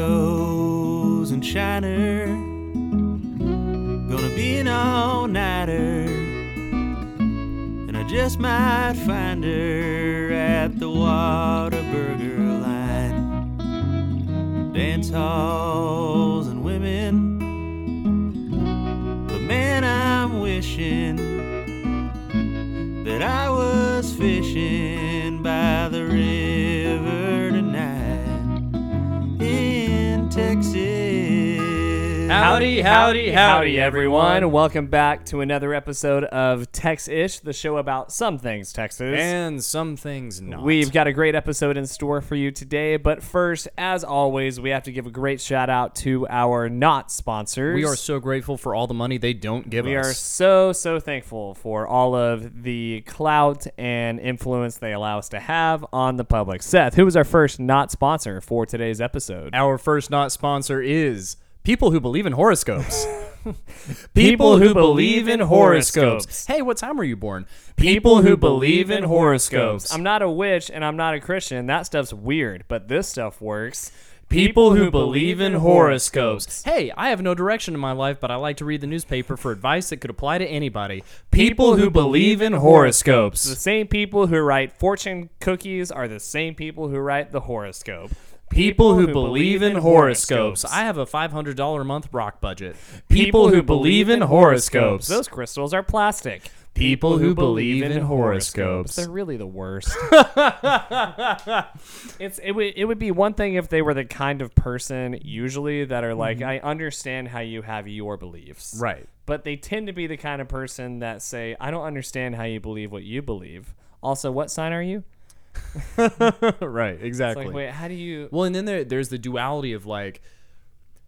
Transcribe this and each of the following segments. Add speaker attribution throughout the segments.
Speaker 1: Tito's and Shiner. Gonna be an all nighter. And I just might find her at the Whataburger line. Dance halls and women. But man, I'm wishing that I was fishing by the river tonight in Texas.
Speaker 2: Howdy, howdy, howdy, everyone.
Speaker 3: And welcome back to another episode of Tex Ish, the show about some things, Texas.
Speaker 2: And some things not.
Speaker 3: We've got a great episode in store for you today, but first, as always, we have to give a great shout out to our not sponsors.
Speaker 2: we are so grateful for all the money they don't give
Speaker 3: we are
Speaker 2: us.
Speaker 3: so so thankful for all of the clout and influence they allow us to have on the public. Seth, who was our first not sponsor for today's episode?
Speaker 2: Our first not sponsor is people who believe in horoscopes.
Speaker 3: People who believe in horoscopes.
Speaker 2: Hey, what time were you born?
Speaker 3: I'm not a witch and I'm not a Christian. That stuff's weird, but this stuff works.
Speaker 2: Hey, I have no direction in my life, but I like to read the newspaper for advice that could apply to anybody.
Speaker 3: The same people who write fortune cookies are the same people who write the horoscope.
Speaker 2: People
Speaker 3: who believe in horoscopes.
Speaker 2: I have a $500 a month rock budget.
Speaker 3: Those crystals are plastic.
Speaker 2: People who believe in horoscopes.
Speaker 3: They're really the worst. it's it would it would be one thing if they were the kind of person usually that are like I understand how you have your beliefs.
Speaker 2: Mm-hmm. Right.
Speaker 3: But they tend to be the kind of person that say I don't understand how you believe what you believe. Also, what sign are you?
Speaker 2: right, exactly.
Speaker 3: Like wait, how do you
Speaker 2: Well, and then there, there's the duality of like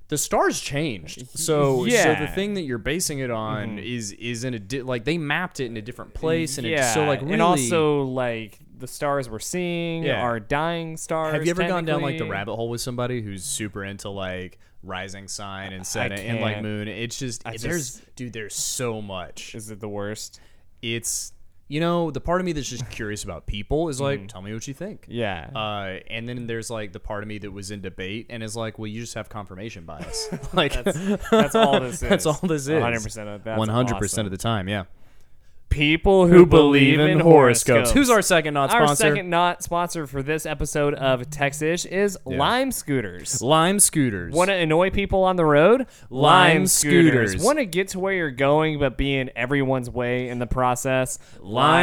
Speaker 2: the stars changed. So, so the
Speaker 3: yeah. Mm-hmm.
Speaker 2: thing that you're basing it on is is in a di- like they mapped it in a different place and
Speaker 3: yeah,
Speaker 2: it's so like really
Speaker 3: and also like the stars we're seeing
Speaker 2: Yeah.
Speaker 3: are dying stars.
Speaker 2: Have you ever gone down like the
Speaker 3: technically.
Speaker 2: rabbit hole with somebody who's super into like rising sign and setting and like
Speaker 3: can't.
Speaker 2: moon? It's just there's dude, there's so much.
Speaker 3: Is it the worst?
Speaker 2: It's you know the part of me that's just curious about people is like, tell me what you think.
Speaker 3: Mm. Yeah.
Speaker 2: Uh, and then there's like the part of me that was in debate and is like, well, you just have confirmation bias. like
Speaker 3: that's all this is.
Speaker 2: that's all this is.
Speaker 3: 100% of that's
Speaker 2: One hundred percent
Speaker 3: awesome.
Speaker 2: of the time, yeah.
Speaker 3: people who believe in horoscopes.
Speaker 2: Who's our second not
Speaker 3: Our
Speaker 2: sponsor?
Speaker 3: second not sponsor for this episode of Texish is Lime Scooters.
Speaker 2: Lime scooters.
Speaker 3: Want to annoy people on the road?
Speaker 2: Lime scooters.
Speaker 3: Want to get to where you're going but be in everyone's way in the process?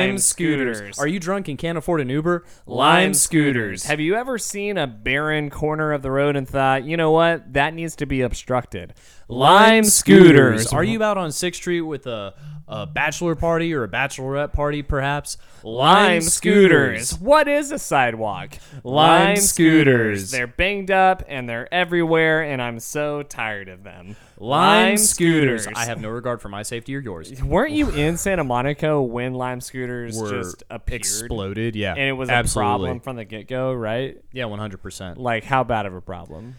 Speaker 2: Are you drunk and can't afford an Uber?
Speaker 3: Lime scooters. Have you ever seen a barren corner of the road and thought, you know what, that needs to be obstructed? Lime scooters.
Speaker 2: Are you out on Sixth Street with a, a bachelor party or a bachelorette party, perhaps?
Speaker 3: Lime scooters. What is a sidewalk?
Speaker 2: Lime scooters.
Speaker 3: They're banged up and they're everywhere, and I'm so tired of them.
Speaker 2: Lime scooters. I have no regard for my safety or yours.
Speaker 3: Weren't you in Santa Monica when lime scooters
Speaker 2: Were
Speaker 3: just appeared?
Speaker 2: exploded. Yeah,
Speaker 3: And it was
Speaker 2: absolutely.
Speaker 3: a problem from the get go, right?
Speaker 2: Yeah, one hundred percent.
Speaker 3: Like, how bad of a problem?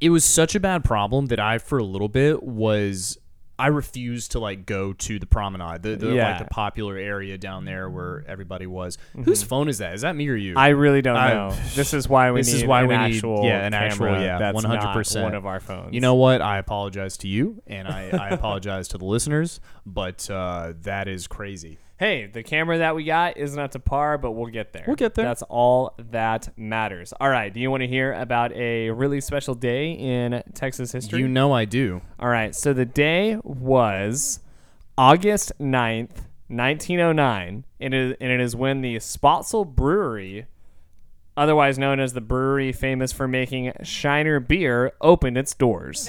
Speaker 2: It was such a bad problem that I, for a little bit, was. I refused to like go to the promenade, the, the
Speaker 3: Yeah. Mm-hmm.
Speaker 2: like the popular area down there where everybody was. Whose phone is that? Is that me or you?
Speaker 3: I really don't
Speaker 2: I-
Speaker 3: know. This is why we
Speaker 2: this
Speaker 3: need
Speaker 2: is why
Speaker 3: an
Speaker 2: we need
Speaker 3: actual
Speaker 2: yeah an actual
Speaker 3: camera
Speaker 2: yeah
Speaker 3: that's
Speaker 2: one
Speaker 3: not
Speaker 2: hundred percent
Speaker 3: one of our phones.
Speaker 2: You know what? I apologize to you and I, I apologize to the listeners, but uh, that is crazy.
Speaker 3: hey, the camera that we got isn't up to par, but we'll get there. We'll
Speaker 2: get there.
Speaker 3: That's all that matters. All right. Do you want to hear about a really special day in Texas history?
Speaker 2: You know I do.
Speaker 3: all right. So the day was August 9th, 1909, and it, and it is when the Spotsel Brewery. Otherwise known as the brewery famous for making Shiner beer, opened its doors.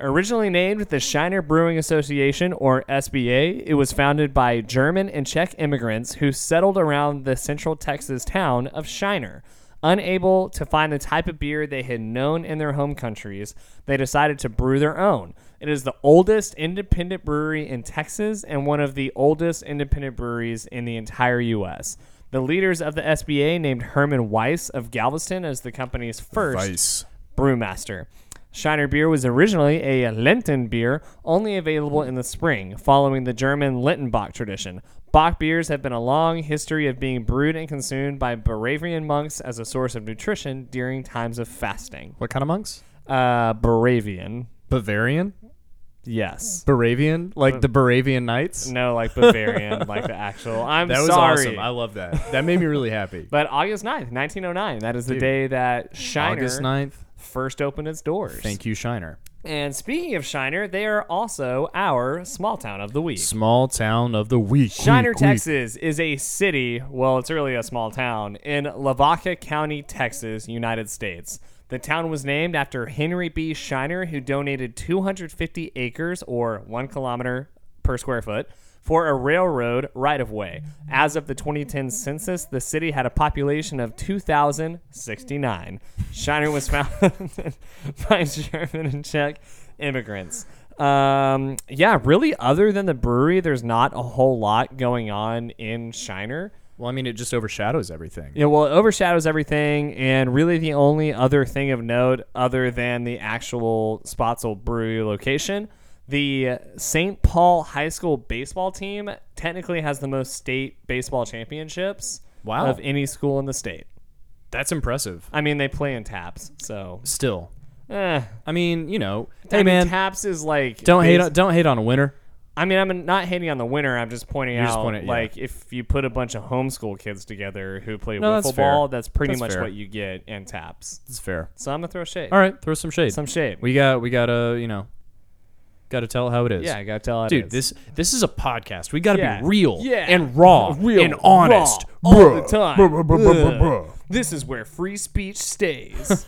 Speaker 3: Originally named the Shiner Brewing Association, or SBA, it was founded by German and Czech immigrants who settled around the central Texas town of Shiner. Unable to find the type of beer they had known in their home countries, they decided to brew their own. It is the oldest independent brewery in Texas and one of the oldest independent breweries in the entire U.S. The leaders of the SBA named Herman Weiss of Galveston as the company's first brewmaster. Shiner beer was originally a Lenten beer, only available in the spring, following the German Lentenbach tradition. Bock beers have been a long history of being brewed and consumed by Bavarian monks as a source of nutrition during times of fasting.
Speaker 2: What kind of monks?
Speaker 3: Uh, Bavarian,
Speaker 2: Bavarian?
Speaker 3: yes.
Speaker 2: Baravian? Like the Baravian Knights?
Speaker 3: Uh, No, like Bavarian, like the actual. I'm
Speaker 2: that was
Speaker 3: sorry.
Speaker 2: awesome. I love that. That made me really happy.
Speaker 3: but August 9th, 1909, that is the
Speaker 2: Dude.
Speaker 3: day that Shiner
Speaker 2: August 9th.
Speaker 3: first opened its doors.
Speaker 2: Thank you, Shiner.
Speaker 3: And speaking of Shiner, they are also our small town of the week.
Speaker 2: Small town of the week.
Speaker 3: Shiner,
Speaker 2: Week, week.
Speaker 3: Texas is a city, well, it's really a small town, in Lavaca County, Texas, United States. The town was named after Henry B. Shiner, who donated 250 acres, or one kilometer per square foot, for a railroad right of way. As of the 2010 census, the city had a population of 2,069. Shiner was founded by German and Czech immigrants. Um, yeah, really. Other than the brewery, there's not a whole lot going on in Shiner.
Speaker 2: Well, I mean, it just overshadows everything.
Speaker 3: Yeah, well, it overshadows everything, and really the only other thing of note, other than the actual Spotsel Brewery location, the St. Paul High School baseball team technically has the most state baseball championships
Speaker 2: Wow.
Speaker 3: of any school in the state.
Speaker 2: That's impressive.
Speaker 3: I mean, they play in taps, so
Speaker 2: Still.
Speaker 3: eh.
Speaker 2: I mean, you know,
Speaker 3: I
Speaker 2: hey
Speaker 3: mean,
Speaker 2: man,
Speaker 3: taps is like
Speaker 2: don't hate
Speaker 3: base-
Speaker 2: on, don't hate on a winner.
Speaker 3: I mean, I'm not hating on the winner. I'm just pointing
Speaker 2: You're
Speaker 3: out,
Speaker 2: just pointing- yeah.
Speaker 3: like, if you put a bunch of homeschool kids together who play
Speaker 2: No,
Speaker 3: wiffle
Speaker 2: that's fair.
Speaker 3: ball, that's pretty
Speaker 2: That's
Speaker 3: much
Speaker 2: fair.
Speaker 3: what you get in taps.
Speaker 2: It's fair.
Speaker 3: So I'm gonna throw shade.
Speaker 2: All right, throw some shade.
Speaker 3: Some shade.
Speaker 2: we got we got to, you know, got to tell how it is.
Speaker 3: yeah, I gotta tell it.
Speaker 2: Dude,
Speaker 3: is.
Speaker 2: this this is a podcast. We got to
Speaker 3: Yeah.
Speaker 2: be real
Speaker 3: Yeah.
Speaker 2: and raw
Speaker 3: Real
Speaker 2: and honest.
Speaker 3: raw, all
Speaker 2: Bruh.
Speaker 3: the time.
Speaker 2: Bruh, bruh, bruh, bruh,
Speaker 3: Ugh.
Speaker 2: bruh.
Speaker 3: This is where free speech stays.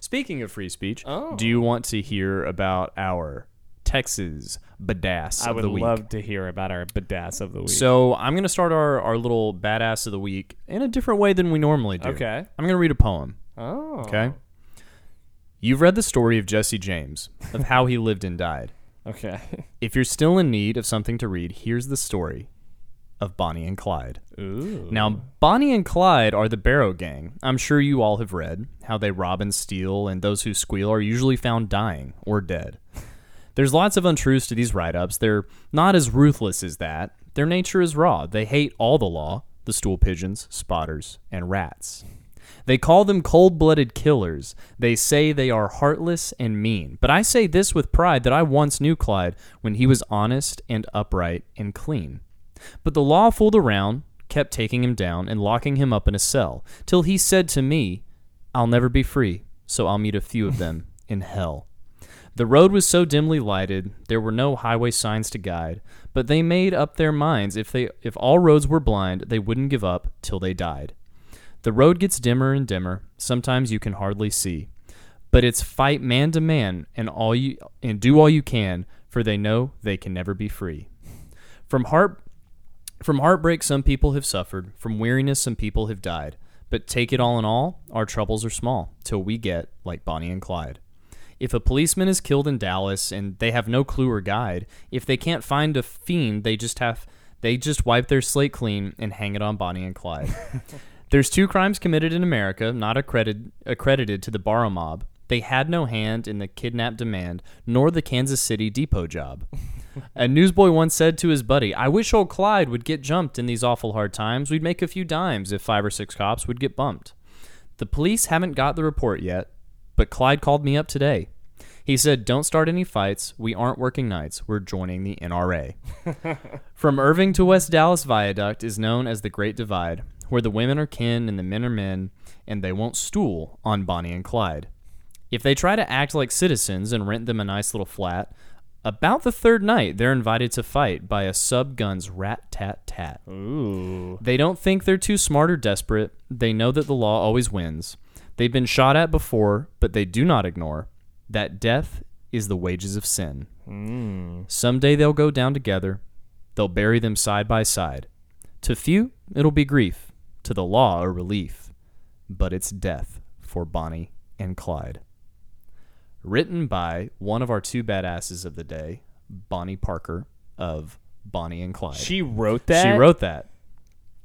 Speaker 2: Speaking of free speech,
Speaker 3: Oh.
Speaker 2: do you want to hear about our Texas badass
Speaker 3: I
Speaker 2: of
Speaker 3: would
Speaker 2: the week?
Speaker 3: love to hear about our badass of the week.
Speaker 2: so I'm going to start our, our little badass of the week in a different way than we normally do.
Speaker 3: Okay.
Speaker 2: I'm going to read a poem.
Speaker 3: oh,
Speaker 2: Okay. You've read the story of Jesse James, of how he lived and died.
Speaker 3: okay.
Speaker 2: If you're still in need of something to read, here's the story of Bonnie and Clyde.
Speaker 3: Ooh.
Speaker 2: Now, Bonnie and Clyde are the Barrow Gang. I'm sure you all have read how they rob and steal, and those who squeal are usually found dying or dead. There's lots of untruths to these write ups. They're not as ruthless as that. Their nature is raw. They hate all the law the stool pigeons, spotters, and rats. They call them cold blooded killers. They say they are heartless and mean. But I say this with pride that I once knew Clyde when he was honest and upright and clean. But the law fooled around, kept taking him down and locking him up in a cell, till he said to me, I'll never be free, so I'll meet a few of them in hell. The road was so dimly lighted, there were no highway signs to guide, but they made up their minds if they if all roads were blind, they wouldn't give up till they died. The road gets dimmer and dimmer, sometimes you can hardly see. But it's fight man to man and all you and do all you can, for they know they can never be free. From heart from heartbreak, some people have suffered. From weariness, some people have died. But take it all in all, our troubles are small till we get like Bonnie and Clyde. If a policeman is killed in Dallas and they have no clue or guide, if they can't find a fiend, they just have they just wipe their slate clean and hang it on Bonnie and Clyde. There's two crimes committed in America not accredited, accredited to the borrow mob. They had no hand in the kidnap demand, nor the Kansas City depot job. a newsboy once said to his buddy, I wish old Clyde would get jumped in these awful hard times. We'd make a few dimes if five or six cops would get bumped. The police haven't got the report yet, but Clyde called me up today. He said, Don't start any fights. We aren't working nights. We're joining the NRA. From Irving to West Dallas Viaduct is known as the Great Divide, where the women are kin and the men are men, and they won't stool on Bonnie and Clyde. If they try to act like citizens and rent them a nice little flat, about the third night they're invited to fight by a sub gun's rat tat tat.
Speaker 3: Ooh.
Speaker 2: They don't think they're too smart or desperate. They know that the law always wins. They've been shot at before, but they do not ignore that death is the wages of sin. Someday they'll go down together. They'll bury them side by side. To few, it'll be grief. To the law, a relief. But it's death for Bonnie and Clyde. Written by one of our two badasses of the day, Bonnie Parker of Bonnie and Clyde.
Speaker 3: She wrote that.
Speaker 2: she wrote that.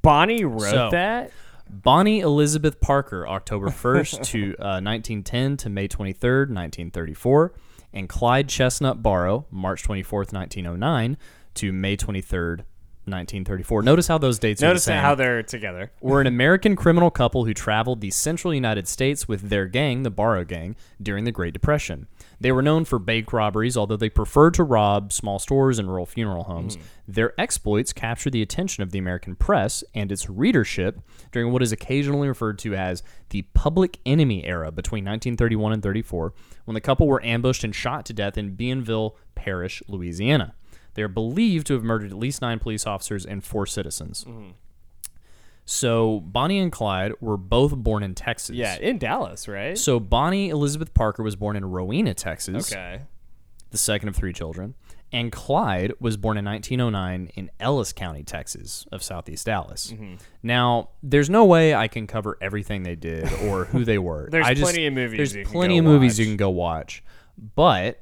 Speaker 3: Bonnie wrote
Speaker 2: So-
Speaker 3: that.
Speaker 2: Bonnie Elizabeth Parker, October 1st to uh, 1910 to May 23rd, 1934, and Clyde Chestnut Barrow, March 24th, 1909 to May 23rd, 1934. Notice how those dates are the
Speaker 3: Notice
Speaker 2: same.
Speaker 3: how they're together.
Speaker 2: were an American criminal couple who traveled the central United States with their gang, the Barrow Gang, during the Great Depression. They were known for bank robberies, although they preferred to rob small stores and rural funeral homes. Their exploits captured the attention of the American press and its readership during what is occasionally referred to as the public enemy era between 1931 and 34, when the couple were ambushed and shot to death in Bienville Parish, Louisiana. They are believed to have murdered at least nine police officers and four citizens. So Bonnie and Clyde were both born in Texas.
Speaker 3: Yeah, in Dallas, right?
Speaker 2: So Bonnie Elizabeth Parker was born in Rowena, Texas,
Speaker 3: Okay.
Speaker 2: the second of three children, and Clyde was born in 1909 in Ellis County, Texas, of Southeast Dallas.
Speaker 3: Mm-hmm.
Speaker 2: Now, there's no way I can cover everything they did or who they were.
Speaker 3: There's
Speaker 2: I just-
Speaker 3: plenty of movies
Speaker 2: There's
Speaker 3: you can
Speaker 2: plenty
Speaker 3: go
Speaker 2: of movies you
Speaker 3: watch.
Speaker 2: can go watch, but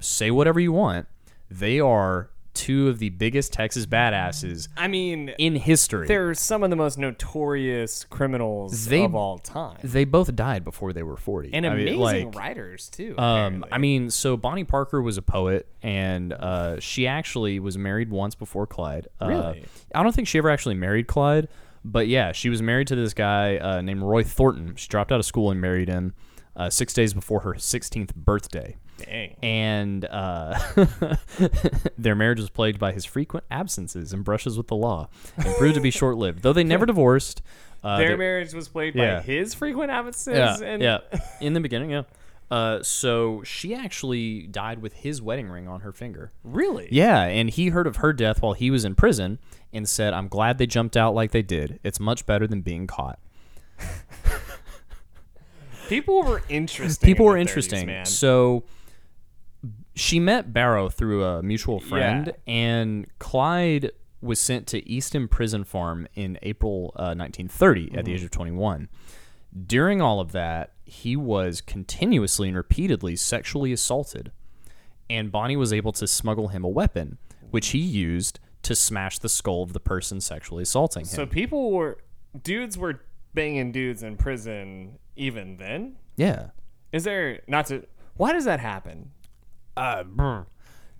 Speaker 2: say whatever you want. They are two of the biggest Texas badasses
Speaker 3: I mean,
Speaker 2: in history.
Speaker 3: they're some of the most notorious criminals
Speaker 2: They-
Speaker 3: of all time.
Speaker 2: they both died before they were 40
Speaker 3: And
Speaker 2: I mean,
Speaker 3: amazing
Speaker 2: like,
Speaker 3: writers, too.
Speaker 2: um,
Speaker 3: apparently.
Speaker 2: I mean, so Bonnie Parker was a poet, and uh, she actually was married once before Clyde. Uh,
Speaker 3: Really?
Speaker 2: I don't think she ever actually married Clyde, but yeah, she was married to this guy uh, named Roy Thornton. She dropped out of school and married him uh, six days before her 16th birthday.
Speaker 3: Dang.
Speaker 2: And uh, their marriage was plagued by his frequent absences and brushes with the law, and proved to be short lived. Though they never divorced, uh,
Speaker 3: Their
Speaker 2: they-
Speaker 3: marriage was played
Speaker 2: Yeah.
Speaker 3: by his frequent absences.
Speaker 2: yeah,
Speaker 3: and
Speaker 2: yeah. In the beginning, yeah. Uh, so she actually died with his wedding ring on her finger.
Speaker 3: Really?
Speaker 2: Yeah, and he heard of her death while he was in prison and said, "I'm glad they jumped out like they did. It's much better than being caught."
Speaker 3: People were interesting.
Speaker 2: People
Speaker 3: in
Speaker 2: were
Speaker 3: the 30s,
Speaker 2: interesting.
Speaker 3: man.
Speaker 2: so she met Barrow through a mutual friend,
Speaker 3: Yeah.
Speaker 2: and Clyde was sent to Easton Prison Farm in April uh, 1930 at
Speaker 3: Mm-hmm.
Speaker 2: the age of 21. During all of that, he was continuously and repeatedly sexually assaulted, and Bonnie was able to smuggle him a weapon, which he used to smash the skull of the person sexually assaulting him.
Speaker 3: So people were dudes were banging dudes in prison even then.
Speaker 2: yeah.
Speaker 3: Is there not to? Why does that happen?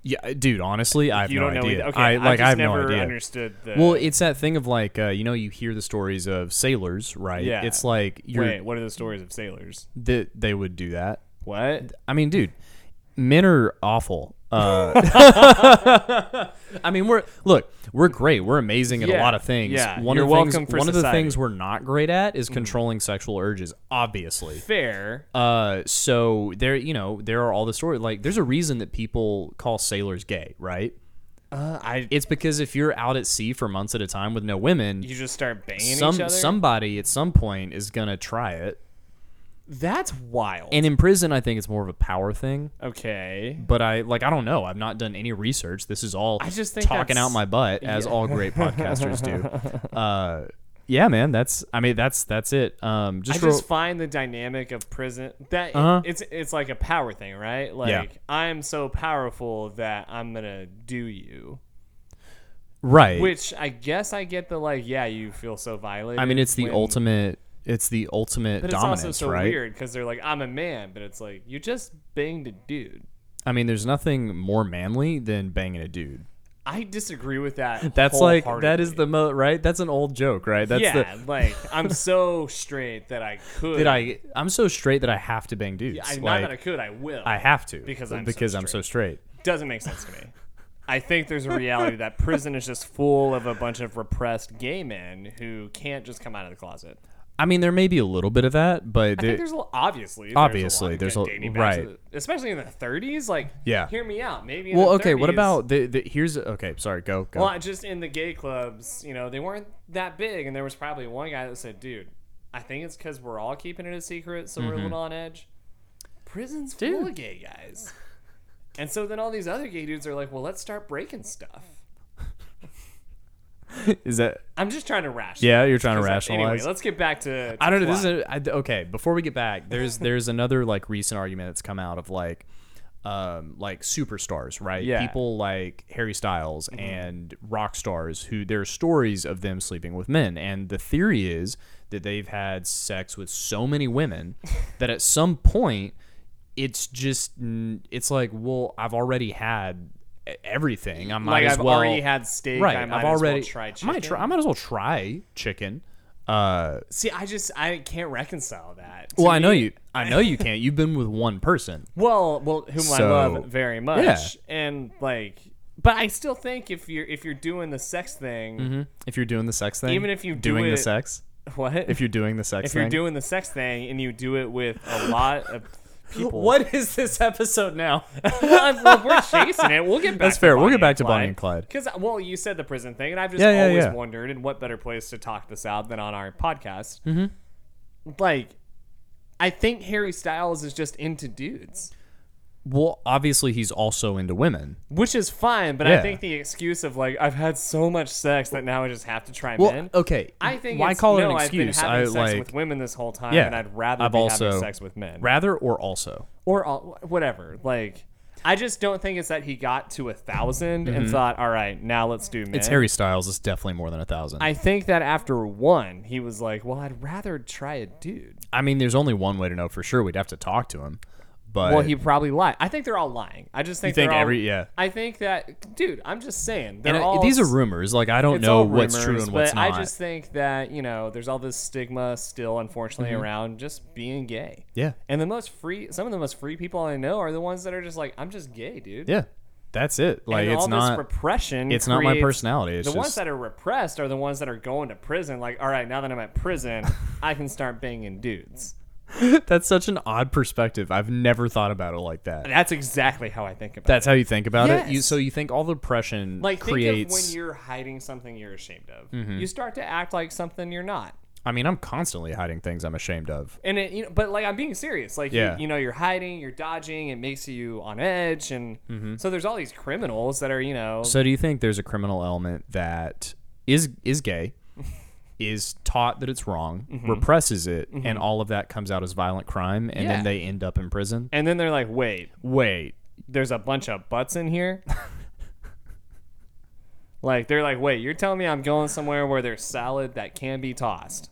Speaker 2: Yeah, dude, honestly, I have
Speaker 3: You
Speaker 2: no
Speaker 3: don't know.
Speaker 2: idea.
Speaker 3: Either. Okay,
Speaker 2: I like
Speaker 3: just
Speaker 2: I have
Speaker 3: never
Speaker 2: no idea.
Speaker 3: understood the.
Speaker 2: Well, it's that thing of like uh, you know you hear the stories of sailors, right?
Speaker 3: Yeah.
Speaker 2: It's like you're
Speaker 3: wait, what are the stories of sailors?
Speaker 2: that they would do that.
Speaker 3: What?
Speaker 2: I mean, dude, men are awful. Uh, I mean, we're look, we're great, we're amazing at a
Speaker 3: Yeah,
Speaker 2: lot of things.
Speaker 3: yeah,
Speaker 2: one
Speaker 3: you're
Speaker 2: of the things,
Speaker 3: welcome for
Speaker 2: one of the
Speaker 3: society. Mm-hmm.
Speaker 2: things we're not great at is controlling sexual urges, obviously.
Speaker 3: Fair.
Speaker 2: Uh, so there, you know, there are all the stories. Like, there's a reason that people call sailors gay, right?
Speaker 3: Uh, I.
Speaker 2: It's because if you're out at sea for months at a time with no women,
Speaker 3: You just start banging each
Speaker 2: some
Speaker 3: other.
Speaker 2: somebody at some point is gonna try it.
Speaker 3: That's wild.
Speaker 2: And in prison, I think it's more of a power thing.
Speaker 3: okay.
Speaker 2: But I like I don't know. I've not done any research. This is all I
Speaker 3: just think
Speaker 2: talking
Speaker 3: that's-
Speaker 2: out my butt, as all great podcasters do. Uh, yeah, man. That's I mean that's that's it. Um,
Speaker 3: I
Speaker 2: just, real-
Speaker 3: just find the dynamic of prison that
Speaker 2: Uh-huh.
Speaker 3: it's it's like a power thing, right? Like I'm so powerful that I'm gonna do you.
Speaker 2: right.
Speaker 3: Which I guess I get the like, yeah, you feel so violated.
Speaker 2: I mean, it's the
Speaker 3: when-
Speaker 2: ultimate. It's the ultimate
Speaker 3: But it's
Speaker 2: dominance,
Speaker 3: also so
Speaker 2: right?
Speaker 3: weird because they're like, I'm a man, but it's like you just banged a dude.
Speaker 2: I mean, there's nothing more manly than banging a dude.
Speaker 3: I disagree with that.
Speaker 2: That's like that is
Speaker 3: wholeheartedly.
Speaker 2: the mo right. That's an old joke, right? That's
Speaker 3: yeah,
Speaker 2: the
Speaker 3: like I'm so straight that I could.
Speaker 2: that I I'm so straight that I have to bang dudes.
Speaker 3: I, not
Speaker 2: like,
Speaker 3: that I could. I will.
Speaker 2: I have to
Speaker 3: Because I'm so
Speaker 2: because I'm so straight.
Speaker 3: doesn't make sense to me. I think there's a reality that prison is just full of a bunch of repressed gay men who can't just come out of the closet.
Speaker 2: I mean, there may be a little bit of that, but
Speaker 3: I think
Speaker 2: the-
Speaker 3: there's a lo- obviously
Speaker 2: Obviously,
Speaker 3: there's
Speaker 2: there's
Speaker 3: a
Speaker 2: a-
Speaker 3: lot dating back to
Speaker 2: right.
Speaker 3: the- especially in the 30s. Like,
Speaker 2: Yeah.
Speaker 3: hear me out. Maybe. in
Speaker 2: well,
Speaker 3: the
Speaker 2: okay. What
Speaker 3: 30s
Speaker 2: about the, the here's okay. Sorry, go go.
Speaker 3: Well, just in the gay clubs, you know, they weren't that big, and there was probably one guy that said, "Dude, I think it's because we're all keeping it a secret, so we're
Speaker 2: Mm-hmm.
Speaker 3: a little on edge." Prison's full of gay guys, and so then all these other gay dudes are like, "Well, let's start breaking stuff."
Speaker 2: is that
Speaker 3: I'm just trying to rationalize.
Speaker 2: yeah? You're trying to
Speaker 3: Because, uh,
Speaker 2: rationalize.
Speaker 3: Anyway, let's get back to. to
Speaker 2: I don't know. This is
Speaker 3: plot.
Speaker 2: a, I, okay. Before we get back, there's there's another like recent argument that's come out of like, um, like superstars, right?
Speaker 3: Yeah. Mm-hmm.
Speaker 2: People like Harry Styles and rock stars who there are stories of them sleeping with men, and the theory is that they've had sex with so many women that at some point it's just n- it's like well I've already had e, everything. I
Speaker 3: Like
Speaker 2: might as
Speaker 3: I've
Speaker 2: well
Speaker 3: already had steak.
Speaker 2: right.
Speaker 3: I might
Speaker 2: have
Speaker 3: as well
Speaker 2: already
Speaker 3: try
Speaker 2: I might, try, I
Speaker 3: chicken.
Speaker 2: might as well try chicken. Uh,
Speaker 3: See, I just I can't reconcile that. To
Speaker 2: well, I know
Speaker 3: me-
Speaker 2: you. I know you can't. You've been with one person.
Speaker 3: Well, well, whom
Speaker 2: So-
Speaker 3: I love very much,
Speaker 2: Yeah.
Speaker 3: and like, but I still think if you're if you're doing the sex thing,
Speaker 2: If you're doing the sex thing,
Speaker 3: Even if you do
Speaker 2: doing the
Speaker 3: it-
Speaker 2: sex,
Speaker 3: what
Speaker 2: if you're doing the sex,
Speaker 3: if you're
Speaker 2: thing.
Speaker 3: doing the sex thing and you do it with a lot of people,
Speaker 2: What is this episode now?
Speaker 3: well, we're chasing it. We'll get back.
Speaker 2: That's fair. We'll get back to Bonnie and Clyde.
Speaker 3: Because well, you said the prison thing, and I've just
Speaker 2: Yeah, yeah,
Speaker 3: always
Speaker 2: yeah.
Speaker 3: wondered, and what better place to talk this out than on our podcast? Mm-hmm. Like, I think Harry Styles is just into dudes,
Speaker 2: Well, obviously he's also into women.
Speaker 3: which is fine. But
Speaker 2: Yeah.
Speaker 3: I think the excuse of like I've had so much sex that now I just have to try
Speaker 2: Well,
Speaker 3: men.
Speaker 2: okay.
Speaker 3: I think
Speaker 2: why
Speaker 3: it's-
Speaker 2: call
Speaker 3: no,
Speaker 2: it an excuse?
Speaker 3: I've been having
Speaker 2: I
Speaker 3: sex
Speaker 2: like
Speaker 3: with women this whole time,
Speaker 2: Yeah.
Speaker 3: and I'd rather
Speaker 2: I've
Speaker 3: be
Speaker 2: also-
Speaker 3: having sex with men.
Speaker 2: rather or also.
Speaker 3: or all, whatever. Like, I just don't think it's that he got to a 1000 and thought, all right, now let's do men.
Speaker 2: Mm-hmm. It's Harry Styles. It's definitely more than a thousand. I,
Speaker 3: I think that after one, he was like, well, I'd rather try a dude.
Speaker 2: mean, there's only one way to know for sure. We'd have to talk to him. But
Speaker 3: Well, he probably lied. I think they're all lying. I just think,
Speaker 2: think
Speaker 3: they're all-
Speaker 2: every- yeah.
Speaker 3: I think that, dude. I'm just saying. They're
Speaker 2: and I-
Speaker 3: all
Speaker 2: these are rumors. Like I don't
Speaker 3: it's
Speaker 2: know
Speaker 3: all
Speaker 2: what's true
Speaker 3: rumors,
Speaker 2: and what's
Speaker 3: but
Speaker 2: not.
Speaker 3: I just think that you know, there's all this stigma still, unfortunately, around just being gay.
Speaker 2: Mm-hmm. yeah,
Speaker 3: And the most free, some of the most free people I know are the ones that are just like, I'm just gay, dude.
Speaker 2: yeah. That's it. Like
Speaker 3: and
Speaker 2: it's
Speaker 3: all
Speaker 2: not.
Speaker 3: this repression.
Speaker 2: it's not my
Speaker 3: creates-
Speaker 2: personality, it's
Speaker 3: the
Speaker 2: just-
Speaker 3: ones that are repressed are the ones that are going to prison. Like, all right, now that I'm at prison, I can start banging dudes.
Speaker 2: that's such an odd perspective. I've never thought about it like that.
Speaker 3: That's exactly how I think about
Speaker 2: That's how you think about it. You
Speaker 3: Yes.
Speaker 2: so you think all the oppression
Speaker 3: it. Like, think
Speaker 2: creates. Mm-hmm.
Speaker 3: of when you're hiding something you're ashamed of. You start to act like something you're not.
Speaker 2: I mean, I'm constantly hiding things I'm ashamed of.
Speaker 3: And it, you know, but like I'm being serious. Like,
Speaker 2: Yeah.
Speaker 3: you, you know, you're hiding, you're dodging. It makes you on edge, and so there's all these criminals that are, you know,
Speaker 2: Mm-hmm. So do you think there's a criminal element that is is gay, is taught that it's wrong,
Speaker 3: Mm-hmm.
Speaker 2: represses it, and all of that comes out as violent crime, and
Speaker 3: Yeah.
Speaker 2: then they end up in prison?
Speaker 3: and then they're like, wait,
Speaker 2: Wait,
Speaker 3: there's a bunch of butts in here. like they're like, wait, you're telling me I'm going somewhere where there's salad that can be tossed?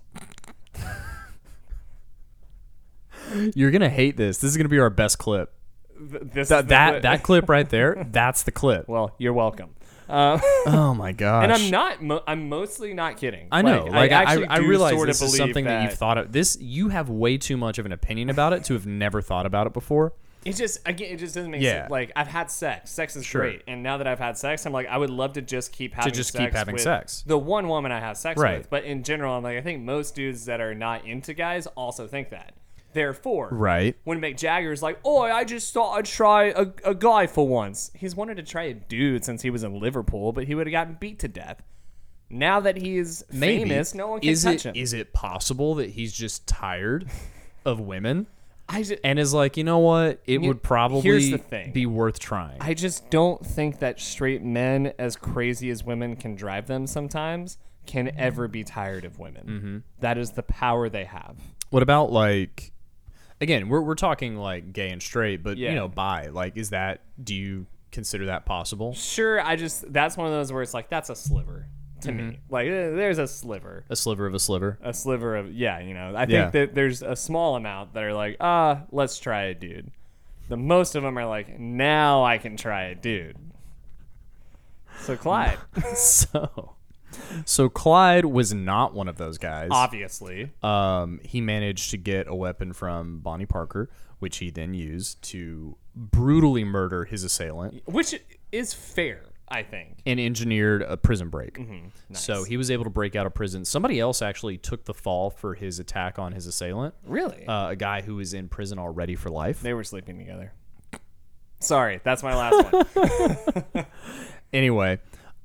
Speaker 2: you're gonna hate this. This is gonna be our best clip.
Speaker 3: Th- This
Speaker 2: That that,
Speaker 3: this-
Speaker 2: that clip right there. That's the clip.
Speaker 3: Well, you're welcome. Uh,
Speaker 2: Oh my gosh.
Speaker 3: and I'm not. Mo- I'm mostly not kidding.
Speaker 2: I know. Like, I,
Speaker 3: actually
Speaker 2: I, I
Speaker 3: do
Speaker 2: realize
Speaker 3: sorta
Speaker 2: this is
Speaker 3: believe
Speaker 2: something that, you've thought of. This you have way too much of an opinion about it to have never thought about it before.
Speaker 3: It just again, it just doesn't make
Speaker 2: Yeah.
Speaker 3: sense. Like I've had sex. Sex is
Speaker 2: Sure.
Speaker 3: great, and now that I've had sex, I'm like, I would love to just keep having
Speaker 2: just keep
Speaker 3: sex
Speaker 2: having
Speaker 3: with
Speaker 2: sex.
Speaker 3: The one woman I have sex
Speaker 2: Right.
Speaker 3: with, but in general, I'm like, I think most dudes that are not into guys also think that. Therefore,
Speaker 2: Right.
Speaker 3: when Mick Jagger's like, "Oh, I just thought I'd try a, a guy for once." He's wanted to try a dude since he was in Liverpool, but he would have gotten beat to death. Now that he's
Speaker 2: Maybe.
Speaker 3: famous, no one can
Speaker 2: is
Speaker 3: touch
Speaker 2: it,
Speaker 3: him.
Speaker 2: Is it possible that he's just tired of women
Speaker 3: I just,
Speaker 2: and is like, you know what? It would probably
Speaker 3: here's the thing.
Speaker 2: be worth trying.
Speaker 3: I just don't think that straight men, as crazy as women can drive them sometimes, can ever be tired of women. That is the power they have.
Speaker 2: what about like again, we're we're talking like gay and straight, but
Speaker 3: Yeah.
Speaker 2: you know, bi. Like, is that do you consider that possible?
Speaker 3: Sure, I just that's one of those where it's like that's a sliver to me. Like eh, there's a sliver.
Speaker 2: A sliver of a sliver.
Speaker 3: a sliver of yeah, you know. I think
Speaker 2: Yeah.
Speaker 3: that there's a small amount that are like, ah, let's try a dude. The most of them are like, now I can try a dude. So Clyde,
Speaker 2: so so Clyde was not one of those guys.
Speaker 3: obviously,
Speaker 2: um, he managed to get a weapon from Bonnie Parker, which he then used to brutally murder his assailant
Speaker 3: which is fair, I think.
Speaker 2: and engineered a prison break. So he was able to break out of prison. Somebody else actually took the fall for his attack on his assailant,
Speaker 3: Really,
Speaker 2: uh, a guy who was in prison already for life.
Speaker 3: they were sleeping together. Sorry, that's my last one.
Speaker 2: Anyway,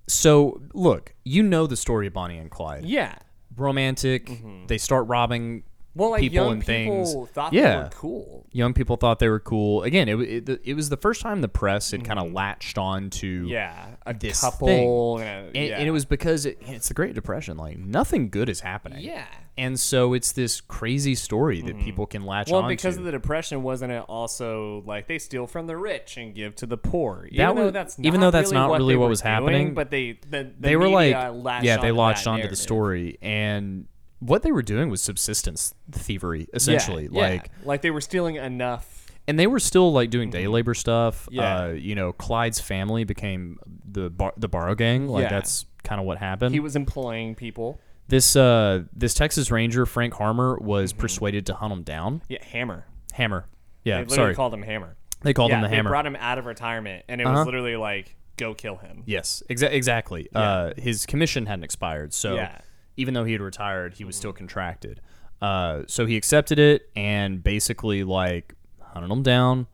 Speaker 2: so look, you know the story of Bonnie and Clyde.
Speaker 3: Yeah.
Speaker 2: Romantic, they start robbing
Speaker 3: Well, like
Speaker 2: People
Speaker 3: young
Speaker 2: and
Speaker 3: people
Speaker 2: things.
Speaker 3: thought they
Speaker 2: Yeah.
Speaker 3: were cool.
Speaker 2: young people thought they were cool. Again, it wa- it, it was the first time the press had kind of latched on to
Speaker 3: Yeah, a
Speaker 2: This
Speaker 3: couple. And, a-
Speaker 2: and,
Speaker 3: yeah.
Speaker 2: and it was because it, it's the Great Depression. Like nothing good is happening.
Speaker 3: Yeah. Mm-hmm.
Speaker 2: and so it's this crazy story that people can latch
Speaker 3: Well,
Speaker 2: on
Speaker 3: because
Speaker 2: to.
Speaker 3: of the depression, wasn't it also like they steal from the rich and give to the poor? Even
Speaker 2: That
Speaker 3: though
Speaker 2: was-
Speaker 3: that's not
Speaker 2: even though that's
Speaker 3: really
Speaker 2: not
Speaker 3: what
Speaker 2: really
Speaker 3: they
Speaker 2: what
Speaker 3: were
Speaker 2: was
Speaker 3: doing,
Speaker 2: happening,
Speaker 3: but they the, the
Speaker 2: they were like,
Speaker 3: media latched
Speaker 2: yeah, they
Speaker 3: onto
Speaker 2: latched
Speaker 3: that
Speaker 2: onto the
Speaker 3: narrative.
Speaker 2: story, and what they were doing was subsistence thievery,
Speaker 3: Yeah,
Speaker 2: essentially.
Speaker 3: yeah.
Speaker 2: Like,
Speaker 3: like they were stealing enough.
Speaker 2: and they were still like doing day labor stuff.
Speaker 3: Mm-hmm. Yeah.
Speaker 2: Uh, you know, Clyde's family became the bar- the Barrow gang. Like
Speaker 3: Yeah.
Speaker 2: that's kind of what happened.
Speaker 3: He was employing people.
Speaker 2: this uh, this Texas Ranger Frank Harmer was
Speaker 3: Mm-hmm.
Speaker 2: persuaded to hunt him down.
Speaker 3: Yeah, Hammer.
Speaker 2: Hammer.
Speaker 3: They
Speaker 2: Yeah,
Speaker 3: literally
Speaker 2: sorry.
Speaker 3: called him Hammer.
Speaker 2: they called
Speaker 3: yeah,
Speaker 2: him the
Speaker 3: they
Speaker 2: Hammer.
Speaker 3: brought him out of retirement, and it
Speaker 2: Uh-huh.
Speaker 3: was literally like, go kill him.
Speaker 2: yes, exa- exactly. Uh, his commission hadn't expired, so
Speaker 3: Yeah.
Speaker 2: even though he had retired, he was still contracted. Uh, so he accepted it and basically like hunted him down,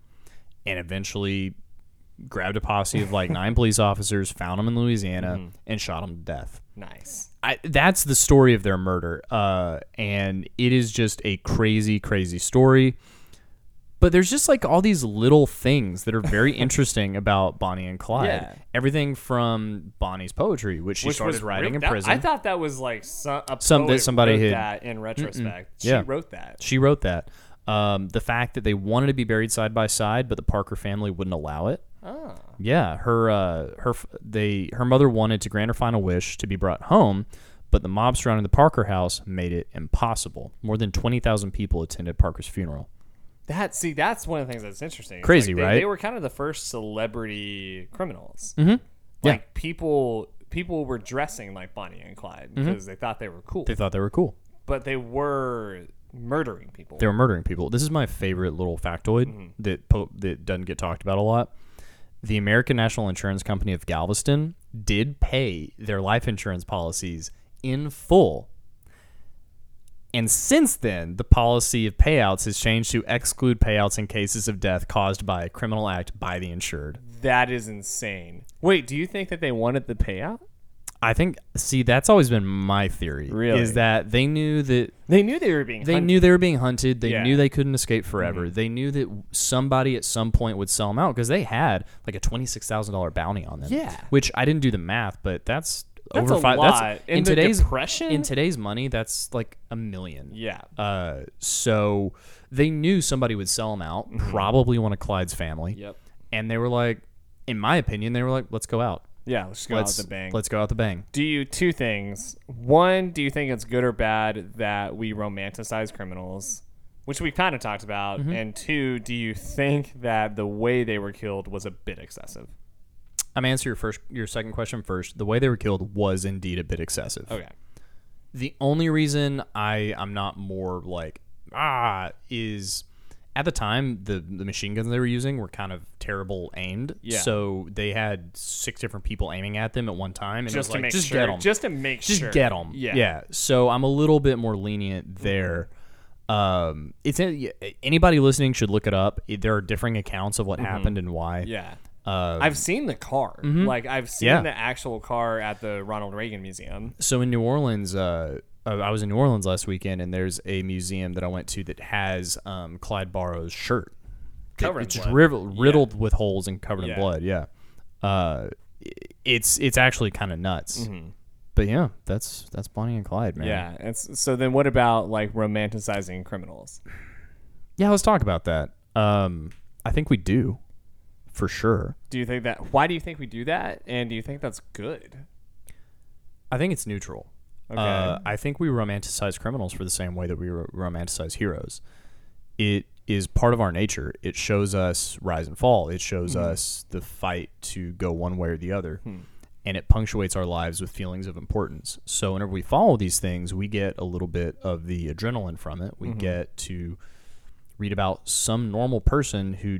Speaker 2: and eventually grabbed a posse of like nine police officers, found him in Louisiana, and shot him to death.
Speaker 3: Nice.
Speaker 2: I, that's the story of their murder. Uh, and it is just a crazy, crazy story. But there's just like all these little things that are very interesting about Bonnie and Clyde.
Speaker 3: Yeah.
Speaker 2: Everything from Bonnie's poetry, which she started writing
Speaker 3: real-
Speaker 2: in
Speaker 3: that-
Speaker 2: prison.
Speaker 3: I thought that was like some, a
Speaker 2: Some- that
Speaker 3: poet
Speaker 2: somebody
Speaker 3: wrote
Speaker 2: had-
Speaker 3: that in retrospect.
Speaker 2: Yeah.
Speaker 3: She wrote that.
Speaker 2: she wrote that. Um, the fact that they wanted to be buried side by side, but the Parker family wouldn't allow it.
Speaker 3: Oh.
Speaker 2: Yeah, her uh, her f- they her mother wanted to grant her final wish to be brought home, but the mob surrounding the Parker house made it impossible. More than twenty thousand people attended Parker's funeral.
Speaker 3: That see, that's one of the things that's interesting. It's
Speaker 2: Crazy,
Speaker 3: like they,
Speaker 2: right? Mm-hmm.
Speaker 3: They were kind of the first celebrity criminals.
Speaker 2: Yeah.
Speaker 3: Like people, people were dressing like Bonnie and Clyde because they thought they were cool,
Speaker 2: Mm-hmm. They thought they were cool.
Speaker 3: but they were murdering people.
Speaker 2: They were murdering people. This is my favorite little factoid that po- that doesn't get talked about a lot. The American National Insurance Company of Galveston did pay their life insurance policies in full. And since then, the policy of payouts has changed to exclude payouts in cases of death caused by a criminal act by the insured.
Speaker 3: That is insane. Wait, do you think that they wanted the payout?
Speaker 2: I think see that's always been my theory
Speaker 3: Really?
Speaker 2: is that they knew that
Speaker 3: They knew they were being.
Speaker 2: They
Speaker 3: hunted.
Speaker 2: knew they were being hunted. They
Speaker 3: Yeah. Mm-hmm.
Speaker 2: knew they couldn't escape forever. They knew that somebody at some point would sell them out because they had like a twenty six thousand dollar bounty on them.
Speaker 3: Yeah.
Speaker 2: which I didn't do the math, but that's,
Speaker 3: That's
Speaker 2: over
Speaker 3: a
Speaker 2: five.
Speaker 3: lot.
Speaker 2: That's
Speaker 3: In the
Speaker 2: today's
Speaker 3: Depression?
Speaker 2: In today's money, that's like a million.
Speaker 3: Yeah.
Speaker 2: Uh, so they knew somebody would sell them out, probably one of Clyde's family.
Speaker 3: Mm-hmm. Yep.
Speaker 2: And they were like, in my opinion, they were like, let's go out.
Speaker 3: Yeah. Let's go
Speaker 2: Let's
Speaker 3: out the bang.
Speaker 2: let's go out the bang.
Speaker 3: do you two things. One, do you think it's good or bad that we romanticize criminals, which we kind of talked about?
Speaker 2: Mm-hmm.
Speaker 3: And two, do you think that the way they were killed was a bit excessive?
Speaker 2: I'm gonna answer your first, your second question first. The way they were killed was indeed a bit excessive.
Speaker 3: Okay.
Speaker 2: the only reason I I'm not more like ah is at the time the the machine guns they were using were kind of terrible aimed.
Speaker 3: Yeah.
Speaker 2: So they had six different people aiming at them at one time, and
Speaker 3: Just
Speaker 2: it was
Speaker 3: to
Speaker 2: like,
Speaker 3: make
Speaker 2: just
Speaker 3: sure.
Speaker 2: get 'em.
Speaker 3: Just to make
Speaker 2: just
Speaker 3: sure.
Speaker 2: get them.
Speaker 3: Yeah. Mm-hmm.
Speaker 2: Yeah. So I'm a little bit more lenient there. Um, it's anybody listening should look it up. There are differing accounts of what
Speaker 3: Mm-hmm.
Speaker 2: happened and why.
Speaker 3: Yeah.
Speaker 2: Uh,
Speaker 3: I've seen the car. Like I've seen
Speaker 2: Mm-hmm. Yeah.
Speaker 3: the actual car at the Ronald Reagan Museum.
Speaker 2: so in New Orleans, uh, uh, I was in New Orleans last weekend, and there's a museum that I went to that has um, Clyde Barrow's shirt. It-
Speaker 3: Covered in
Speaker 2: it's
Speaker 3: blood.
Speaker 2: riddled, riddled with holes and covered
Speaker 3: Yeah.
Speaker 2: in blood. Yeah, uh, i- it's it's actually kind of nuts. But yeah, that's that's Bonnie and Clyde, man.
Speaker 3: Mm-hmm. Yeah. And s- so then what about like romanticizing criminals?
Speaker 2: yeah. Let's talk about that. Um, I think we do, for sure.
Speaker 3: Do you think that why do you think we do that? And do you think that's good?
Speaker 2: I think it's neutral.
Speaker 3: Okay.
Speaker 2: Uh, I think we romanticize criminals for the same way that we ro- romanticize heroes. It is part of our nature. It shows us rise and fall. It shows
Speaker 3: Mm-hmm.
Speaker 2: us the fight to go one way or the other.
Speaker 3: Hmm.
Speaker 2: And it punctuates our lives with feelings of importance. So whenever we follow these things, we get a little bit of the adrenaline from it.
Speaker 3: Mm-hmm.
Speaker 2: We get to read about some normal person who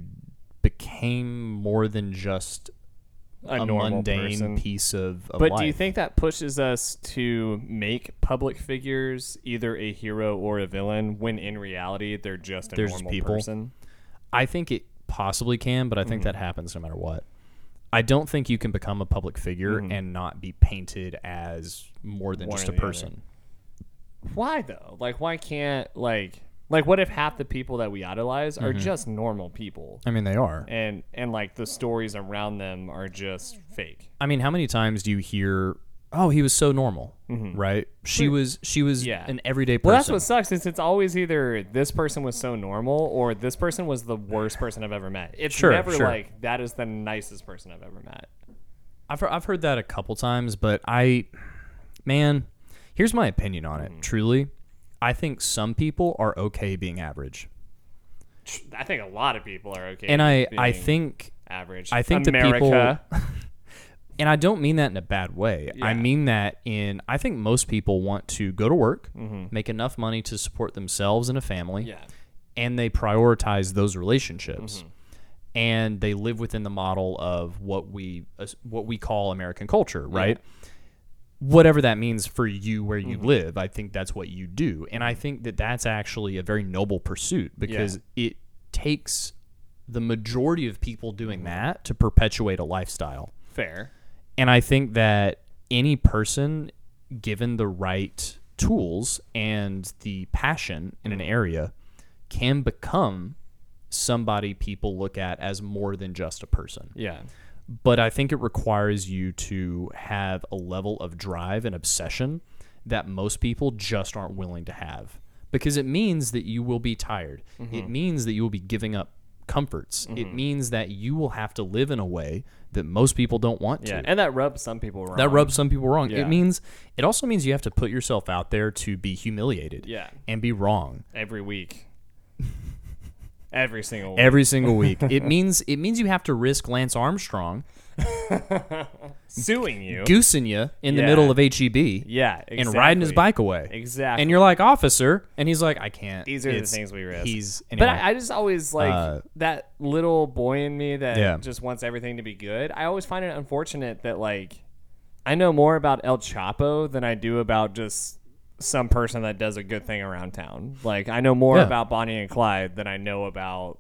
Speaker 2: became more than just
Speaker 3: A,
Speaker 2: a,
Speaker 3: normal
Speaker 2: mundane
Speaker 3: person.
Speaker 2: piece of, of
Speaker 3: But
Speaker 2: life.
Speaker 3: do you think that pushes us to make public figures either a hero or a villain when in reality they're just a
Speaker 2: They're just
Speaker 3: normal
Speaker 2: people.
Speaker 3: person?
Speaker 2: I think it possibly can, but I think that
Speaker 3: Mm-hmm.
Speaker 2: happens no matter what. I don't think you can become a public figure and not be painted as more than
Speaker 3: Mm-hmm. One
Speaker 2: just
Speaker 3: or
Speaker 2: a
Speaker 3: the other.
Speaker 2: person.
Speaker 3: Why though? Like why can't like like what if half the people that we idolize are
Speaker 2: Mm-hmm.
Speaker 3: just normal people
Speaker 2: I mean, they are.
Speaker 3: and and like the stories around them are just fake?
Speaker 2: I mean, how many times do you hear, "Oh, he was so normal," right? She was, she was
Speaker 3: Mm-hmm. Yeah.
Speaker 2: an everyday person.
Speaker 3: Well, that's what sucks is it's always either this person was so normal or this person was the worst person I've ever met. It's
Speaker 2: Sure,
Speaker 3: never
Speaker 2: sure.
Speaker 3: like that is the nicest person I've ever met.
Speaker 2: I've heard, I've heard that a couple times, but I, man, here's my
Speaker 3: Mm-hmm.
Speaker 2: opinion on it. Truly, I think some people are okay being average.
Speaker 3: I think a lot of people are okay.
Speaker 2: and I,
Speaker 3: with
Speaker 2: I
Speaker 3: being
Speaker 2: think
Speaker 3: average.
Speaker 2: I think
Speaker 3: America.
Speaker 2: the people and I don't mean that in a bad way. I
Speaker 3: Yeah.
Speaker 2: mean that in I think most people want to go to work,
Speaker 3: Mm-hmm.
Speaker 2: make enough money to support themselves and a family,
Speaker 3: yeah,
Speaker 2: and they prioritize those relationships. And they live within the model of what we as- what we call American culture, right? Whatever that means for you where you live, I think that's what you do. And I think that that's actually a very noble pursuit because it takes the majority of people doing that to perpetuate a lifestyle.
Speaker 3: fair.
Speaker 2: And I think that any person given the right tools and the passion in an area can become somebody people look at as more than just a person.
Speaker 3: Yeah,
Speaker 2: But I think it requires you to have a level of drive and obsession that most people just aren't willing to have because it means that you will be tired. It means that you will be giving up comforts. It means that you will have to live in a way that most people don't want
Speaker 3: yeah,
Speaker 2: to.
Speaker 3: and that rubs some people wrong.
Speaker 2: That rubs some people wrong.
Speaker 3: Yeah.
Speaker 2: It means it also means you have to put yourself out there to be humiliated
Speaker 3: Yeah.
Speaker 2: and be wrong
Speaker 3: every week, every single week.
Speaker 2: every single week. it means it means you have to risk Lance Armstrong
Speaker 3: suing you.
Speaker 2: goosing you in the
Speaker 3: Yeah.
Speaker 2: middle of HEB
Speaker 3: yeah, exactly.
Speaker 2: and riding his bike away.
Speaker 3: Exactly.
Speaker 2: And you're like, officer, and he's like, I can't.
Speaker 3: These are the
Speaker 2: It's-
Speaker 3: things we risk.
Speaker 2: He's
Speaker 3: But
Speaker 2: anyway.
Speaker 3: I, I just always like
Speaker 2: Uh,
Speaker 3: that little boy in me that
Speaker 2: Yeah.
Speaker 3: just wants everything to be good. I always find it unfortunate that like I know more about El Chapo than I do about just some person that does a good thing around town. Like I know more
Speaker 2: Yeah.
Speaker 3: about Bonnie and Clyde than I know about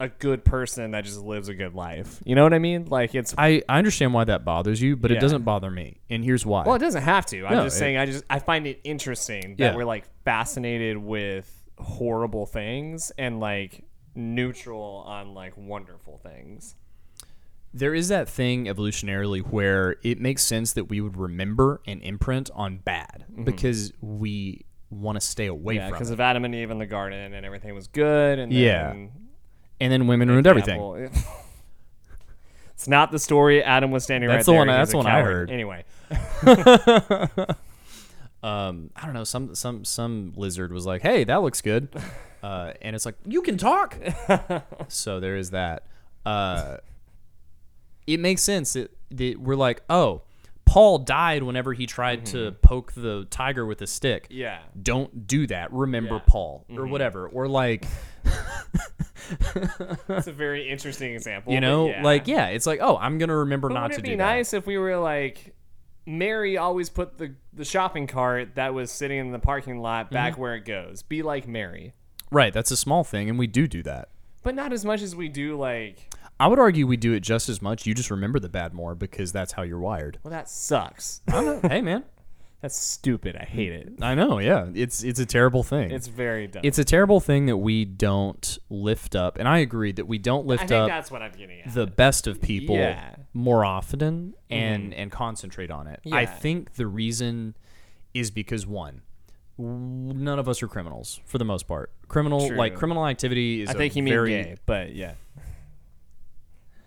Speaker 3: a good person that just lives a good life. You know what I mean? Like it's
Speaker 2: I, I understand why that bothers you, but it
Speaker 3: Yeah.
Speaker 2: doesn't bother me. And here's why.
Speaker 3: well, it doesn't have to. I'm
Speaker 2: No,
Speaker 3: just
Speaker 2: it-
Speaker 3: saying I just I find it interesting that
Speaker 2: Yeah.
Speaker 3: we're like fascinated with horrible things and like neutral on like wonderful things.
Speaker 2: there is that thing evolutionarily where it makes sense that we would remember and imprint on bad because we want to stay away
Speaker 3: Mm-hmm. Yeah,
Speaker 2: from
Speaker 3: because
Speaker 2: it.
Speaker 3: of Adam and Eve and the garden and everything was good and
Speaker 2: Yeah.
Speaker 3: then
Speaker 2: And then women ruined everything.
Speaker 3: Apple- it's not the story Adam was standing right
Speaker 2: That's the
Speaker 3: there.
Speaker 2: one-
Speaker 3: He
Speaker 2: that's
Speaker 3: was
Speaker 2: the
Speaker 3: a
Speaker 2: one I
Speaker 3: coward.
Speaker 2: heard.
Speaker 3: Anyway,
Speaker 2: um, I don't know, some some some lizard was like, "Hey, that looks good," uh, and it's like, "You can talk." so there is that. Uh, it makes sense that, that we're like, "Oh, Paul died whenever he tried to poke the tiger with a stick."
Speaker 3: Mm-hmm. yeah.
Speaker 2: Don't do that. Remember
Speaker 3: Yeah. Mm-hmm.
Speaker 2: Paul or whatever, or like
Speaker 3: That's a very interesting example.
Speaker 2: you
Speaker 3: but
Speaker 2: know,
Speaker 3: yeah.
Speaker 2: like yeah, it's like, "Oh, I'm gonna remember
Speaker 3: But
Speaker 2: not
Speaker 3: wouldn't
Speaker 2: to
Speaker 3: it be
Speaker 2: do that."
Speaker 3: nice if we were like Mary always put the the shopping cart that was sitting in the parking lot back where it goes. Be like Mary,
Speaker 2: Right? That's a small thing, and we do do that.
Speaker 3: but not as much as we do like.
Speaker 2: I would argue we do it just as much. You just remember the bad more because that's how you're wired.
Speaker 3: Well, that sucks.
Speaker 2: I don't know. hey, man.
Speaker 3: That's stupid. I hate it.
Speaker 2: I know, yeah. It's it's a terrible thing.
Speaker 3: It's
Speaker 2: It's
Speaker 3: very dumb.
Speaker 2: it's a terrible thing that we don't lift up, and I agree that we don't
Speaker 3: I
Speaker 2: lift
Speaker 3: think
Speaker 2: up
Speaker 3: that's what I'm getting at.
Speaker 2: the best of people
Speaker 3: Yeah.
Speaker 2: more often and and concentrate on it. I
Speaker 3: Yeah.
Speaker 2: think the reason is because one, w- none of us are criminals for the most part. Criminal
Speaker 3: True.
Speaker 2: like criminal activity is
Speaker 3: I
Speaker 2: a
Speaker 3: think you mean
Speaker 2: very
Speaker 3: gay, but yeah.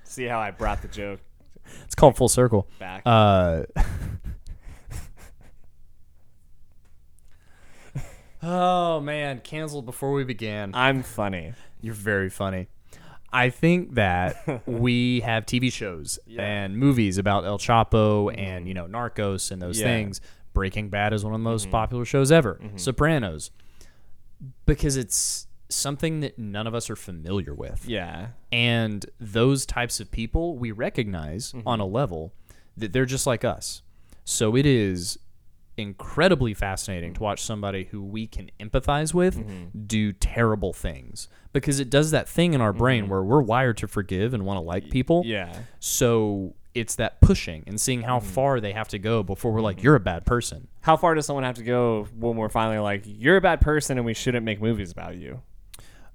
Speaker 3: See how I brought the joke
Speaker 2: it's called full circle.
Speaker 3: back.
Speaker 2: Uh, oh man, canceled before we began.
Speaker 3: I'm funny.
Speaker 2: You're very funny. I think that we have TV shows and movies about El Chapo and you know Narcos and those
Speaker 3: Yeah.
Speaker 2: things. Breaking Bad is one of the most popular shows ever. Sopranos, because it's something that none of us are familiar with,
Speaker 3: Yeah.
Speaker 2: and those types of people we recognize
Speaker 3: Mm-hmm.
Speaker 2: on a level that they're just like us. So it is incredibly fascinating to watch somebody who we can empathize with
Speaker 3: Mm-hmm.
Speaker 2: do terrible things because it does that thing in our brain where we're wired to forgive and want to like people.
Speaker 3: Mm-hmm. Yeah. Mm-hmm.
Speaker 2: So it's that pushing and seeing how far they have to go before we're like, you're a bad person.
Speaker 3: How far does someone have to go when we're finally like, you're a bad person and we shouldn't make movies about you?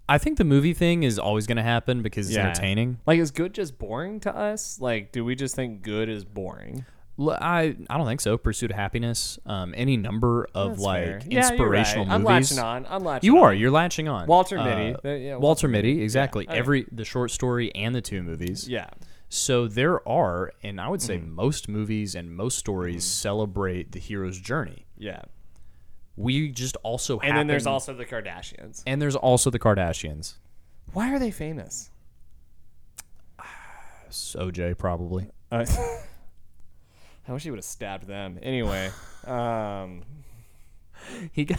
Speaker 2: I think the movie thing is always going to happen because it's
Speaker 3: Yeah.
Speaker 2: entertaining.
Speaker 3: Like, is good just boring to us? Like, do we just think good is boring?
Speaker 2: L- I, I don't think so. Pursuit of Happiness, um, any number of like
Speaker 3: Fair. Yeah, you're right.
Speaker 2: inspirational
Speaker 3: I'm
Speaker 2: movies.
Speaker 3: latching on. I'm latching
Speaker 2: You
Speaker 3: on.
Speaker 2: are. You're latching on.
Speaker 3: Walter
Speaker 2: Uh,
Speaker 3: Mitty. The- yeah,
Speaker 2: Walter Mitty, exactly.
Speaker 3: okay.
Speaker 2: Every the short story and the two movies.
Speaker 3: Yeah. Mm-hmm.
Speaker 2: So there are, and I would say most movies and most stories celebrate the hero's journey.
Speaker 3: Yeah.
Speaker 2: We just also
Speaker 3: And then there's
Speaker 2: happen-
Speaker 3: also the Kardashians.
Speaker 2: and there's also the Kardashians.
Speaker 3: Why are they famous?
Speaker 2: OJ probably.
Speaker 3: Uh, I wish he would have stabbed them. Anyway, um,
Speaker 2: He got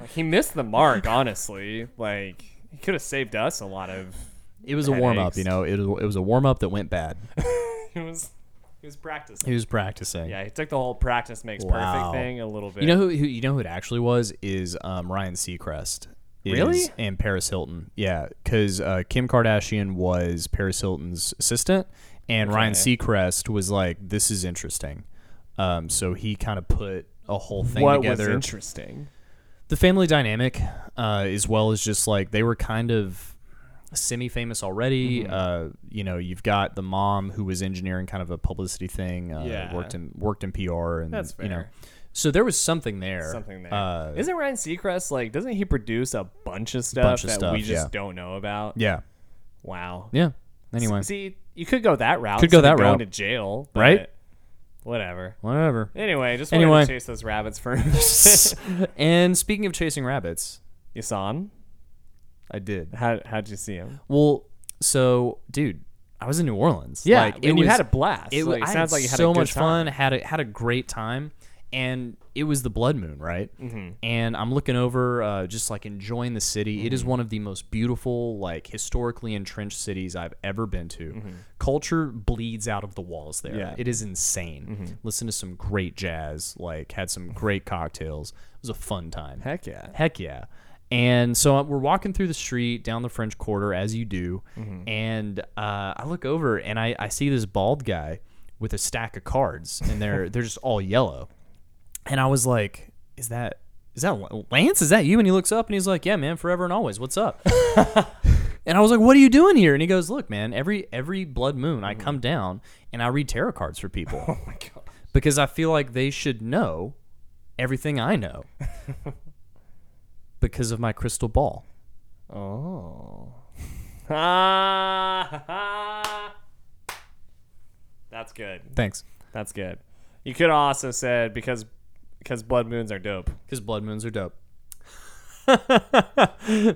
Speaker 3: like, he missed the mark. Honestly, like he could have saved us a lot of.
Speaker 2: it was a warm up, you know. It was, it was a warm up that went bad.
Speaker 3: It was he was practicing.
Speaker 2: He was practicing.
Speaker 3: Yeah, he took the whole practice makes
Speaker 2: Wow.
Speaker 3: perfect thing a little bit.
Speaker 2: You know who, who you know who it actually was is um, Ryan Seacrest. is-
Speaker 3: Really?
Speaker 2: And Paris Hilton. Yeah, because uh, Kim Kardashian was Paris Hilton's assistant, and Ryan Seacrest was like, "This is interesting." Um, so he kind of put a whole thing
Speaker 3: what was
Speaker 2: together.
Speaker 3: interesting?
Speaker 2: the family dynamic, uh, as well as just like they were kind of semi-famous already.
Speaker 3: Mm-hmm.
Speaker 2: Uh, you know, you've got the mom who was engineering kind of a publicity thing. Uh,
Speaker 3: Yeah.
Speaker 2: worked in worked in PR and
Speaker 3: That's
Speaker 2: you know,
Speaker 3: fair.
Speaker 2: so there was something there.
Speaker 3: Something there.
Speaker 2: Uh,
Speaker 3: not Ryan Seacrest like? Doesn't he produce a bunch of stuff
Speaker 2: Bunch of
Speaker 3: that
Speaker 2: stuff,
Speaker 3: we just
Speaker 2: yeah.
Speaker 3: don't know about?
Speaker 2: yeah,
Speaker 3: Wow.
Speaker 2: yeah. Anyway,
Speaker 3: See, you could go that route.
Speaker 2: Could go
Speaker 3: instead of
Speaker 2: that
Speaker 3: going
Speaker 2: route.
Speaker 3: to jail, but
Speaker 2: Right?
Speaker 3: Whatever.
Speaker 2: whatever.
Speaker 3: Anyway, just
Speaker 2: Anyway.
Speaker 3: wanted to chase those rabbits for
Speaker 2: and speaking of chasing rabbits,
Speaker 3: you saw him.
Speaker 2: I did.
Speaker 3: How how'd you see him?
Speaker 2: Well, so dude, I was in New Orleans. like,
Speaker 3: and you
Speaker 2: was-
Speaker 3: had a blast.
Speaker 2: It
Speaker 3: It,
Speaker 2: was
Speaker 3: like, sounds like you had
Speaker 2: so
Speaker 3: a good
Speaker 2: much
Speaker 3: time.
Speaker 2: fun. Had a had a great time, and it was the blood moon, right? Mm-hmm. And I'm looking over, uh, just like enjoying the city. It
Speaker 3: Mm-hmm.
Speaker 2: is one of the most beautiful, like historically entrenched cities I've ever been to. Culture bleeds out of the walls there.
Speaker 3: Mm-hmm. Yeah. Mm-hmm.
Speaker 2: It is insane. Listen to some great jazz. Like had some great cocktails. It was a fun time.
Speaker 3: Heck yeah.
Speaker 2: Heck yeah. And so uh, we're walking through the street down the French Quarter as you do. And uh, I look over and I, I see this bald guy with a stack of cards and they're they're just all yellow. And I was like, is that is that L- Lance? Is that you? And he looks up and he's like, yeah, man, forever and always. What's up? And I was like, "What are you doing here?" And he goes, "Look, man, every every blood moon, I come down and I read tarot cards for people. Oh my god! Because I feel like they should know everything I know because of my crystal ball.
Speaker 3: Oh. Ah. That's good.
Speaker 2: Thanks.
Speaker 3: That's good. You could also said because because blood moons are dope.
Speaker 2: Because blood moons are dope.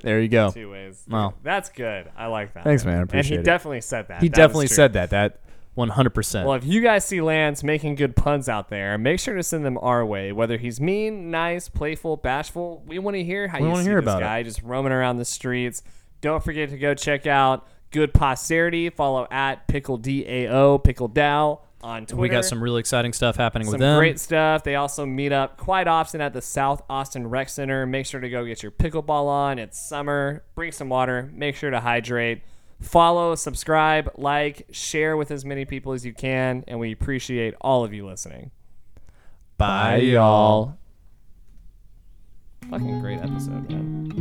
Speaker 2: there you go.
Speaker 3: Two ways.
Speaker 2: Wow.
Speaker 3: That's good. I like that.
Speaker 2: Thanks, man. I appreciate
Speaker 3: and he
Speaker 2: it.
Speaker 3: definitely said that.
Speaker 2: He
Speaker 3: That was
Speaker 2: definitely
Speaker 3: true.
Speaker 2: said that. That one hundred percent.
Speaker 3: Well, if you guys see Lance making good puns out there, make sure to send them our way. Whether he's mean, nice, playful, bashful, we want to hear how you
Speaker 2: wanna
Speaker 3: see
Speaker 2: hear
Speaker 3: this
Speaker 2: about it.
Speaker 3: guy just roaming around the streets. Don't forget to go check out Good Posterity. Follow at Pickle D A O Pickle Dow on Twitter.
Speaker 2: We got some really exciting stuff happening with
Speaker 3: some
Speaker 2: them.
Speaker 3: great stuff. They also meet up quite often at the South Austin Rec Center. Make sure to go get your pickleball on. It's summer. Bring some water. Make sure to hydrate. Follow, subscribe, like, share with as many people as you can, and we appreciate all of you listening.
Speaker 2: Bye, y'all.
Speaker 3: Fucking great episode, man.